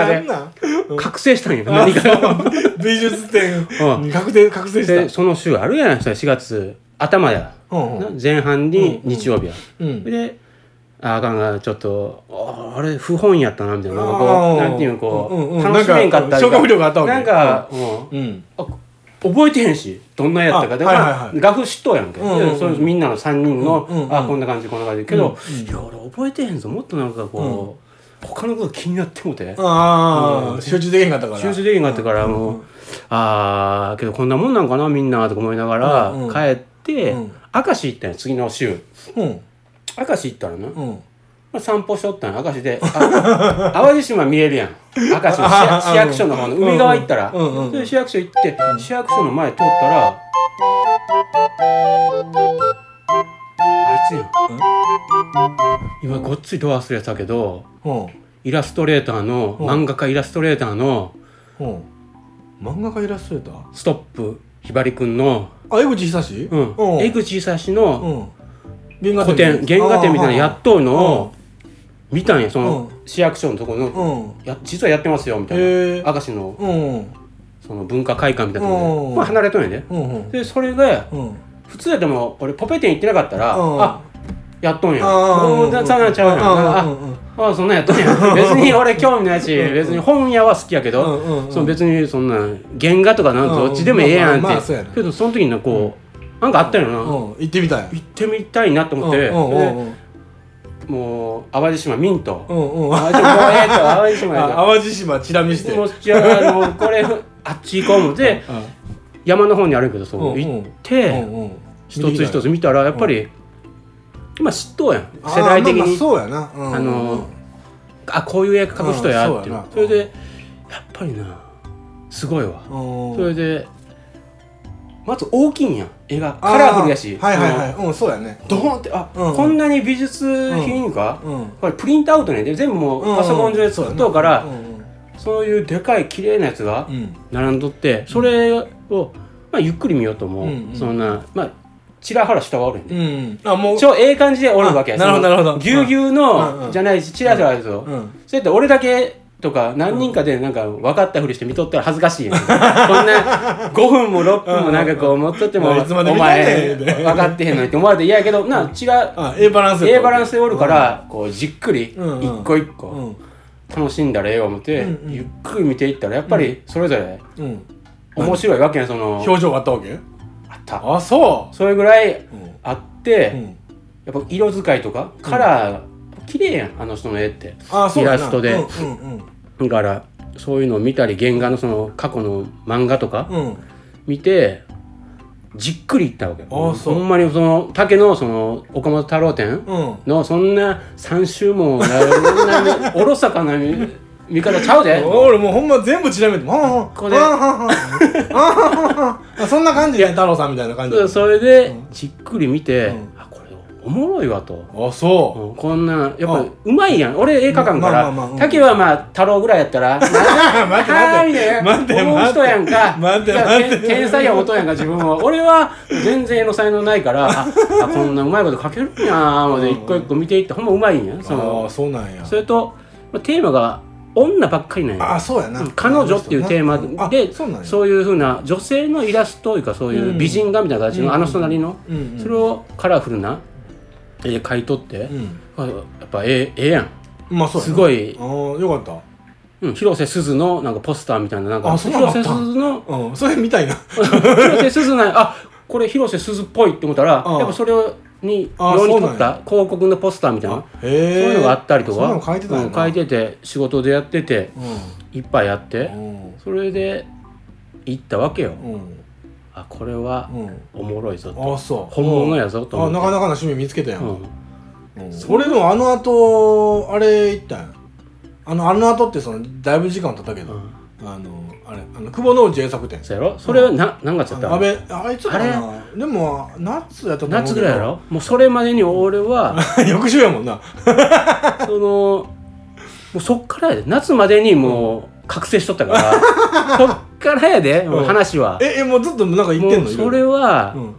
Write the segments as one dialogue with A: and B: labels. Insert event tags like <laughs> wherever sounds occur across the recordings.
A: そん
B: で
A: なん
B: 覚醒したんよ
A: あ
B: 何か
A: そう <laughs> 美術展
B: うん
A: に確定覚醒し
B: で
A: た
B: その週あるやないですか4月頭や、
A: うんう
B: なん前半に日曜日や、
A: うん
B: でああかんがちょっとああれ不本意やったなみたいななんかこ
A: あー
B: うなんていうんこう、
A: うんうん
B: 楽しめんかった
A: なん
B: り
A: か消化不良があったわけ
B: なんか、うん
A: うん
B: あ覚えてへんしどんなやったか
A: あ
B: で、
A: はいはい
B: ま
A: は
B: あ、
A: い
B: 画風嫉妬やんけ、
A: うんうんうん
B: でそれみんなの3人の、
A: うんうんうん
B: あこんな感じこんな感じけど、
A: うんうん
B: いや俺覚えてへんぞもっとなんかこう、他のこと気になってもうて
A: ああ集中できへんかったから
B: 集中できんかったから、
A: うん
B: もう、ああけどこんなもんなんかなみんなとか思いながら、
A: うんうん
B: 帰って、
A: うん
B: 明石行ったんや次の週
A: うん
B: 明石行ったらな、ま
A: うん
B: あ、散歩しとったんや明石であ淡路島見えるやん明石の市
A: ああ
B: 役市役所の方の海側行ったら、
A: うんうんうん
B: で市役所行って、市役所の前通ったら、あいつやん、今ごっついドア忘れてたけど
A: うん
B: イラストレーターの、
A: うん
B: 漫画家イラストレーターの
A: うん漫画家イラストレーター
B: ストップひばりくんの
A: あ江口久志
B: うん
A: うん
B: 江口久志の
A: うん原
B: 古典原画展みたいなのやっとるのを見たんやその
A: う
B: 市役所のところの
A: うん
B: や実はやってますよみたい
A: へえ
B: な明石の
A: うん
B: その文化会館みたいなとこ
A: う
B: ろ
A: ん
B: でまあ離れとんやで
A: うんうん
B: でそれが
A: うん
B: 普通やでも俺ポペ店行ってなかったら
A: うん
B: あやっとんや
A: あ
B: もうさなちゃうやんああそんなんやっとんや別に俺興味ないし別に本屋は好きやけどその別にそんな原画とかなんかどっちでもええやん
A: うんまあまあ
B: っ
A: そうや
B: て
A: な
B: けどその時になこうなんかあったよな行
A: 行ってみたい
B: ってみたいなと思って
A: うん
B: で
A: うん
B: もう淡路島ミント
A: うんうん
B: 淡路島ええと淡路島や
A: <laughs>
B: な
A: 淡路島チラ見して
B: もうじゃあもうこれあっち行こう思って山の方にあるけどそ
A: うんう
B: うん行って一つ一
A: つ
B: つ見たらやっぱり今嫉妬やん世
A: 世代
B: 代的
A: 的に
B: に
A: そうやな
B: あのあこういう絵描く人やっていう
A: あ
B: そ
A: そう
B: れ
A: やな
B: でやっぱりなすごいわそれでまず大きいんや絵がカラフルやし
A: はいはいはいうんそうやね
B: そのドーンってあ
A: うん
B: こんなに美術品か
A: うん
B: これプリントアウトねで全部もうパソコン上で作っとうから
A: うん
B: そういうでかい綺麗なやつが
A: うん
B: 並んどってそれをまあゆっくり見ようと思
A: うんうん
B: うそんなまあちらはら下はおるんで
A: うんあもう
B: ちょええ感じでおるわけ
A: あなるほど
B: その
A: なるほど
B: ぎゅうぎゅう
A: うんう
B: の
A: ん
B: じゃないしちらちらあるぞ
A: うん
B: そうやって俺だけとか何人かでなんか分かったふりして見とったら恥ずかしいやんこんな5分も6分もなんかこう持っとっても
A: いつまで
B: お
A: 見たんね
B: 前
A: ん
B: 分かってへんのにって思われて嫌やけどな違う
A: あ A バランス
B: ええバランスでおるからこうじっくり
A: うんうん
B: 一個一
A: う
B: 個
A: ん
B: 楽しんだらええわ思って
A: うんうん
B: ゆっくり見ていったらやっぱりそれぞれ
A: うん
B: 面白いわけやんその
A: 表情があったわけ
B: あった
A: あそ
B: それぐらいう
A: うん
B: あってやっぱ色使いとかカラー綺麗やんあの人の絵って
A: あそうやな
B: イラストで
A: うんうん
B: だからそういうのを見たり原画のその過去の漫画とか
A: うんうん
B: 見てじっくり行ったわけ
A: あそう
B: ほんまにその竹のその岡本太郎展
A: うん
B: のそんな3週もななおろそかな見見方ちゃうで
A: 俺もうほんま全部ちなみに「あああ
B: こで
A: ああああそんな感じね太郎さんみたいな感じ
B: そう
A: あ
B: それでじっくり見て、
A: うん
B: あこれおもろいわと。
A: そ
B: うんこんなやっ
A: あ
B: ぱうまいやん俺絵描かん
A: ま
B: か
A: あまあまあ
B: ら
A: うん
B: 竹はまあ太郎ぐらいやった
A: <laughs>
B: ら待
A: て待て待て
B: 思う人やんか
A: 待て
B: いや
A: 待て
B: 天天才や思うとんやんか自分は俺は全然絵の才能ないからああこんなうまいこと描けるんやーまで一個一個見ていってほんまうまいんやそ
A: ああ
B: の
A: そうなんや
B: それとまあテーマが女ばっかりなん
A: あ
B: や
A: あそうやな
B: うん彼女っていうテーマで
A: あそうなんや
B: そういうふうな女性のイラストというかそういう美人画みたいな形
A: うん
B: のあの人なりの
A: うんうん
B: それをカラフルな絵で描いとって。
A: うん
B: あやっぱええええやん
A: まあそうやな
B: すごい
A: ああよかっ
B: うん、広瀬すずのなんかポスターみたいななんか
A: あそんなのあ
B: 広
A: った
B: 瀬すずの <laughs>
A: たうんそれみたいな
B: 広瀬すずなんやあこれ広瀬すずっぽいって思ったら
A: ああ
B: やっぱそれをに
A: ああ
B: 用に
A: そう
B: 取
A: なんや
B: った広告のポスターみたいな
A: へ
B: そう
A: え
B: いうのがあったりと
A: そんな
B: か
A: の書いてたんや
B: う
A: なん
B: 書いてて仕事でやってていっぱいやって
A: うん
B: それで行ったわけよ
A: うん
B: あこれは
A: うん
B: おもろいぞと
A: あそう
B: 本物やぞと
A: あなか
B: 思
A: なか
B: っ
A: な趣味見つけたや
B: て
A: ん、
B: うん
A: 俺でもあの後あれ行ったやんあのあの後ってそのだいぶ時間経ったけど、
B: うん
A: あのあれあの久保之内栄作展
B: そうやろそれはな何月やった
A: 安倍あいつだ
B: あれ
A: なでも夏やったと思うけど
B: 夏ぐらいやろもうそれまでに俺は
A: <laughs> 翌週やもんな
B: そのもうそっからやで夏までにもう覚醒しとったから
A: <laughs>
B: そっからやで、もう話は
A: ええもうずっとなんか言ってん
B: も
A: の
B: うそれ
A: は、
B: は
A: うん、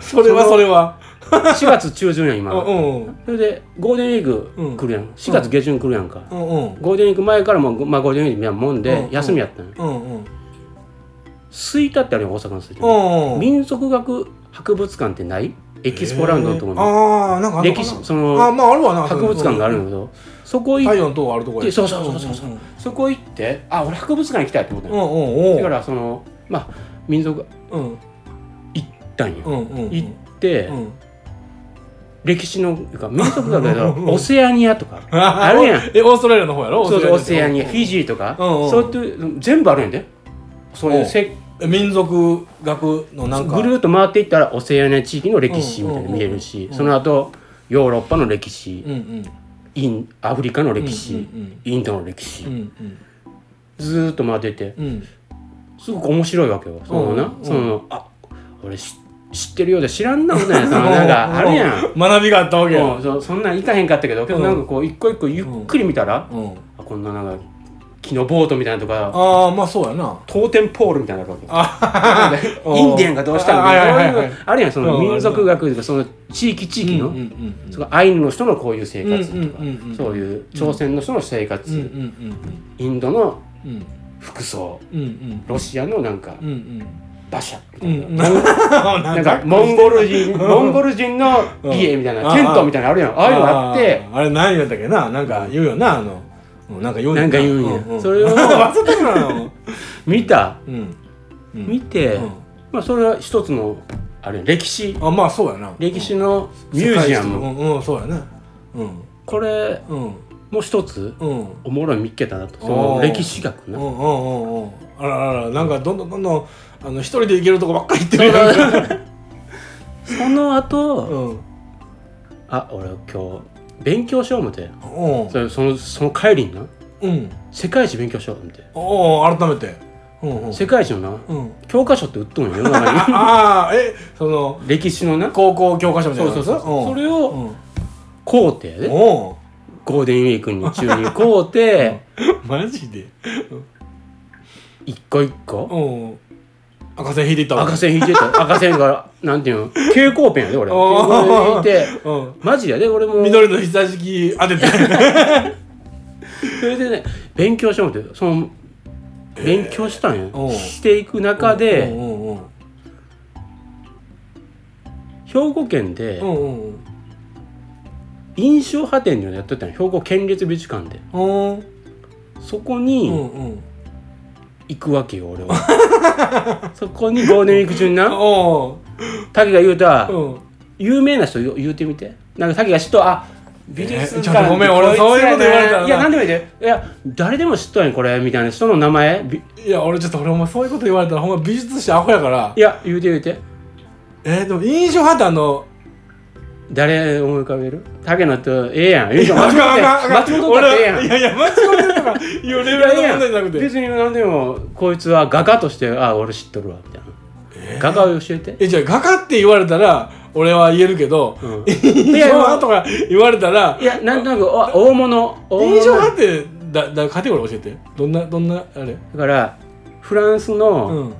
A: それはそれは
B: 4月中旬やん今
A: うんうん
B: それでゴールデンウィー
A: うん
B: ク来るやん4月下旬来るやんか
A: うんうん
B: ゴールデンウィーク前からも、まあ、ゴールデンウィークみたいなもん
A: うん
B: で
A: うん
B: 休みやったんよ
A: うんうん
B: 吹田ってあるやん大阪の吹田
A: うんうん
B: 民族学博物館ってないエキスポランドのところに
A: ああなんかあんのか
B: 歴
A: な
B: 史そ
A: あ
B: の
A: まああるわな
B: 博物館があるんだけどそこ行
A: 太
B: っ
A: 陽の塔あるとこ
B: てそうそうそうそうそうそこ行ってあ俺博物館行きたいって思った
A: うん
B: よ
A: んうん
B: だからそのまあ民族
A: うん
B: 行ったんよ
A: うんうんうん
B: 行って
A: うん
B: 歴史のいうか民族学だから
A: うん
B: オセアニア
A: <laughs>
B: とかあるやん
A: えオーストラリアの方やろ
B: そうそうオセアニアフィ
A: ジ
B: ジーとか
A: うんうん
B: そうやって全部あるんやでそういうせ
A: ー民族学のなんか
B: ぐるーっと回っていったらオセアニア地域の歴史みたいなの見える
A: うんうん
B: し
A: うんうん
B: その後ヨーロッパの歴史
A: うんうん
B: インアフリカの歴
A: う
B: 史
A: ん
B: インドの歴史
A: うんうん
B: ずーっと回ってて
A: うんうん
B: すごく面白いわけよその
A: うん
B: な
A: うん
B: そのあ俺し知ってるようで知らんなこと
A: <laughs>
B: ないそのなんかあるやん
A: 学びがあったわけ
B: も
A: よ
B: うそそんなんいかへんかったけどけど
A: うん
B: なんかこう一個一個ゆっくり見たら、
A: うん
B: あこんななんか木のボートみたいなのとか
A: ああまあそうや
B: <laughs>
A: な
B: トーテンポールみたいなのあるわけ <laughs>
A: あ
B: インディアンがどうしたの
A: あ
B: か
A: はい
B: そう
A: はいいはいう
B: のあるやんその
A: うん
B: 民族学というかその地域地域の、
A: うんうんうんうん
B: そのアイヌの人のこういう生活とか、
A: うんうんうんうん
B: そういう朝鮮の人の生活、
A: うんうんうん
B: インドの
A: うんうん
B: 服装
A: うんうん
B: ロシアのなんか
A: うんうん
B: 馬車みた
A: う
B: い
A: ん
B: な、
A: うんな
B: なんかモンゴル人モンゴル人の家みたいな、
A: うん
B: テントみたいなのあるやんああいうのあって。
A: ーあれ何やったっけななんか言うよなあのうんなんか言う
B: なんか言うんやそれを
A: 忘れたなも
B: 見た
A: ううんうん
B: 見て、
A: うん
B: まあそれは一つのあれ歴史
A: あまあそうやな
B: 歴史のミュージア
A: う
B: ム、
A: んうんうんそうやねうん
B: これ
A: うん
B: も一つ
A: うんうん
B: おもろい見っけたなとそ
A: お
B: の
A: ー
B: 歴史学
A: う
B: な。
A: んうんうんあらあらなんかどんどんどんどんあの一人で行けるとこばっかり行ってるやん <laughs>
B: その後、
A: うんうん
B: あ俺今日勉強しよう思てそれそのその帰りにな
A: うん
B: 世界史勉強しよう思て、
A: おお改めてうんうん
B: 世界史のな
A: うん
B: 教科書って売っとんよ世の中に
A: ああーえそ <laughs> の
B: 歴史のな
A: 高校教科書みたい
B: そう
A: な
B: そう
A: やつ
B: そうそれ
A: う
B: を
A: ん
B: 皇帝
A: うん
B: で
A: お
B: ゴールデンウィークに中に皇帝
A: おマジで
B: 一個一個
A: うん赤線引いていったわ
B: 赤線引い
A: <laughs>
B: てた赤線がなんていうの蛍光ペンやで俺
A: おー
B: 蛍光ペン引いて
A: うん
B: マジやで俺も
A: 緑のひざ敷き当てて
B: それでね勉強しようってその勉強したんや、
A: おう
B: していく中
A: う
B: で
A: んうん
B: 兵庫県で
A: うんうんうん
B: 印象派展っていうのやってたんや兵庫県立美術館で
A: うんうん
B: そこ
A: う
B: に
A: んうん
B: 行くわけよ俺はそこにゴールデンウィーク中にな
A: お
B: 滝が言うた、
A: ーうん
B: 有名な人言う言うてみてなんか滝が知っとあ美術
A: え
B: 館
A: ちょっとごめん俺
B: こいつやな
A: そういうこと言われたらない
B: や何でもいいでいや誰でも知っとんやんこれみたいな人の名前び
A: いや俺ちょっと俺お前そういうこと言われたらほんま美術史アホやから
B: いや言うて言うて
A: えー、でも印象派ってあの
B: 誰思い浮かべる竹野とええやんええじゃん
A: あ
B: 松
A: かんあかんあ
B: 本
A: かん
B: 松本だってええやん
A: 俺
B: い
A: いやいや間違ってとかいうレベルの
B: や
A: 問題じゃなく
B: ええ
A: て
B: 別に何でもこいつは画家としてあ俺知っとるわみたいな、画家を教えて
A: えじゃあ画家って言われたら俺は言えるけど、
B: うん
A: 印象派とか言われたら
B: いやなんとなくあ大物大物
A: 印象派ってだだカテゴリー教えてどんなどんなあれ
B: だからフランス
A: う
B: の
A: ん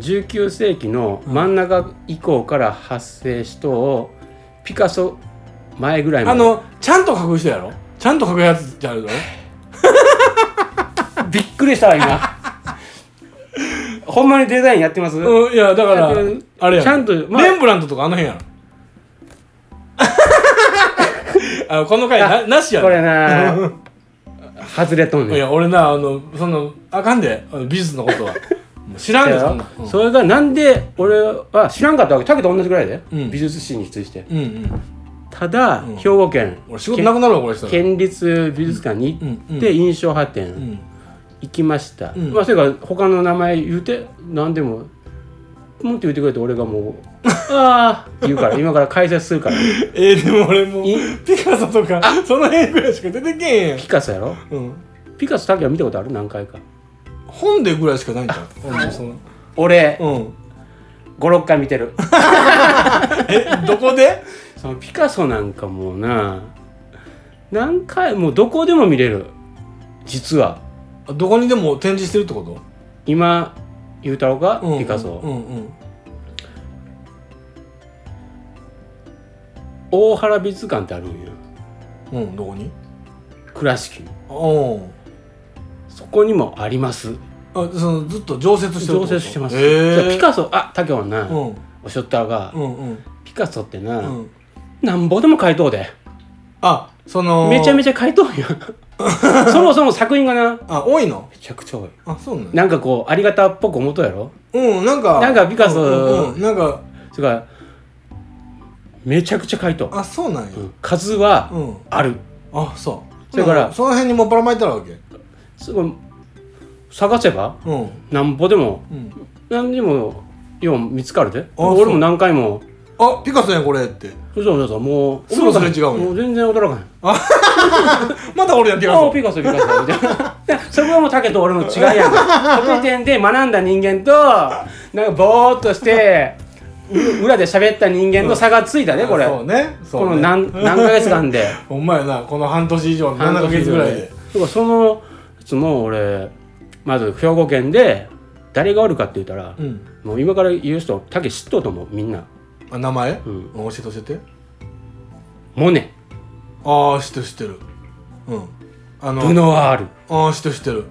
B: 19世紀の真ん中以降から発生しとをピカソ前ぐらいま
A: あ
B: で
A: のちゃんと書く人やろちゃんと書くやつじゃあるだろ
B: びっくりしたわ今 <laughs> ほんまにデザインやってます、
A: うん、いや、だから、あれや
B: ちゃんとまあ
A: レンブラントとかあの辺
B: <laughs>
A: やろ。あこの回ななしや
B: こ
A: ろ。<laughs>
B: れな外れとんねん
A: いや、俺な、あの、その、あかんで、あの美術のことは。もう知らんで、そんな。
B: それがなんで俺は知らんかったわけタケと同じぐらいで、
A: うん
B: 美術史について
A: うんうん。
B: ただ、
A: うん
B: 兵庫県
A: 俺、仕事なくなるわ、これしたら。
B: 県立美術館に
A: うんう
B: 行
A: ん
B: って印象派
A: う
B: 展
A: ん。
B: 行きました、
A: うん
B: まあそれから他の名前言うて何でももって言ってくれて俺がもう
A: <laughs>
B: 「ああ」って言うから今から解説するから
A: えー、でも俺もう
B: い、
A: ピカソとか、その辺ぐらいしか出てけへんや
B: ピカソやろ
A: ん。うん。
B: ピカソタケは見たことある何回か
A: 本でぐらいしかないんじゃん。うんその
B: 俺
A: うん。
B: 56回見てる
A: え、どこで
B: そのピカソなんかもうな何回もうどこでも見れる実は
A: あどこにでも展示してるってこと
B: 今言うたろうか、
A: うん
B: ピカソ、
A: うんうん。
B: 大原美術館ってあるんや
A: うんどこに
B: 倉敷に
A: うん
B: そこにもあります
A: あそのずっと常設してる
B: 常設してます、
A: え
B: ピカソあ竹雄な、
A: うん
B: おっしゃったが、
A: うんうん
B: ピカソってな、
A: うん
B: なんぼでも回答で
A: あその
B: めちゃめ
A: ち
B: ちゃ回答やそもそも作品がなめ
A: ゃあ多いの
B: ちゃくちゃ多い
A: あそうなんや
B: なんかこうありがたっぽく思うとやろ
A: うんなんか
B: なんかピカソ
A: うんうんなんか
B: それからめちゃくちゃ回答、
A: あそうなんや
B: うん数は
A: うん
B: ある
A: あそう
B: それから
A: その辺にもっぱらまいてあるわけ
B: すごい探せば
A: うん
B: なんぼでも
A: うん
B: 何でもよう見つかるで
A: そう
B: 俺も何回も
A: あピカソやんこれって
B: そうそうそうもう
A: すぐそれ違うんや
B: もう全然驚かない
A: また俺やんピカ
B: ああ
A: ソ
B: ピカソピカソみたいなでそこはもう竹と俺の違いやんか得点で学んだ人間となんかぼーっとしてう裏で喋った人間の差がついたねこれ、
A: そうねそ
B: こ
A: う
B: の
A: ね
B: 何何ヶ月
A: <laughs>
B: 間で
A: ほんまやなこの半年以上7ヶ月ぐらいで
B: だからそのいつも俺まず兵庫県で誰がおるかって言ったら、
A: うん
B: もう今から言う人竹知っとうと思うみんな、
A: あ名前
B: うん、
A: 教えて教えて
B: モネ
A: ああ知ってる知ってるうんあ
B: ブ
A: の
B: ノワール
A: ああ知ってる知ってる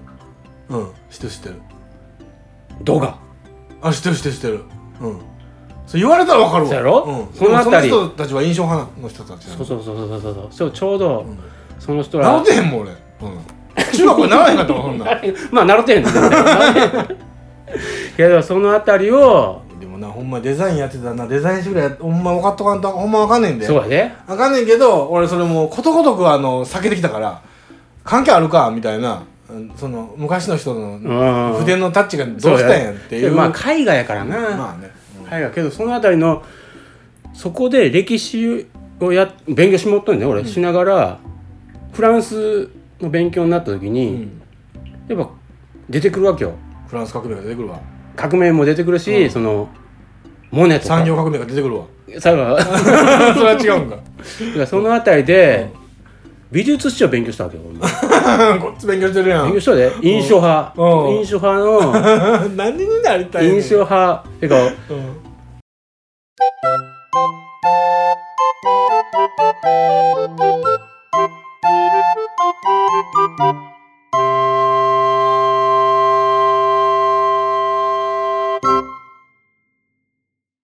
A: うん知ってる知ってる
B: ドガ
A: あ知ってる知ってる知ってるうんそう言われたらわかるわ
B: そうやろ
A: うん、
B: そのあたり
A: その人たちは印象派の人たちな
B: そ
A: の
B: うそうそうそうそうそうそうちょうど
A: ん
B: その人ら、
A: 習ってへんもん俺、
B: <laughs>
A: うん、中学校で習わへんかったもんそんなん
B: まあ、なるて
A: <laughs>
B: んね。けど、そのあたりを、
A: でもなほんまデザインやってたらなデザインしてくれほんま分かっとかんとほんま分かんねんで
B: そうやで。
A: 分かんねんけど俺それもうことごとくあの避けてきたから関係あるかみたいなうんその昔の人の
B: うん。
A: 筆のタッチがどうしたんやってい
B: で
A: う
B: まあ、絵画やからな。
A: まあね
B: 絵画、けど、そのあたりの、そこで歴史をや、勉強しもっとんね、俺、しながら、フランスの勉強になった時
A: う
B: に、
A: ん
B: やっぱ、出てくるわけよ。
A: フランス革命が出てくるわ
B: 革命も出てくるし、その、モネとか。
A: 産業革命が出てくるわ
B: さあ
A: <laughs> それは違うんか
B: そのあたりで、美術史を勉強したわけよ、俺
A: <laughs> こっち勉強してるや
B: 勉強
A: ん
B: したで印象派
A: うん
B: 印象派の
A: <laughs> 何になりたいねん
B: 印象派てか
A: うん
C: 「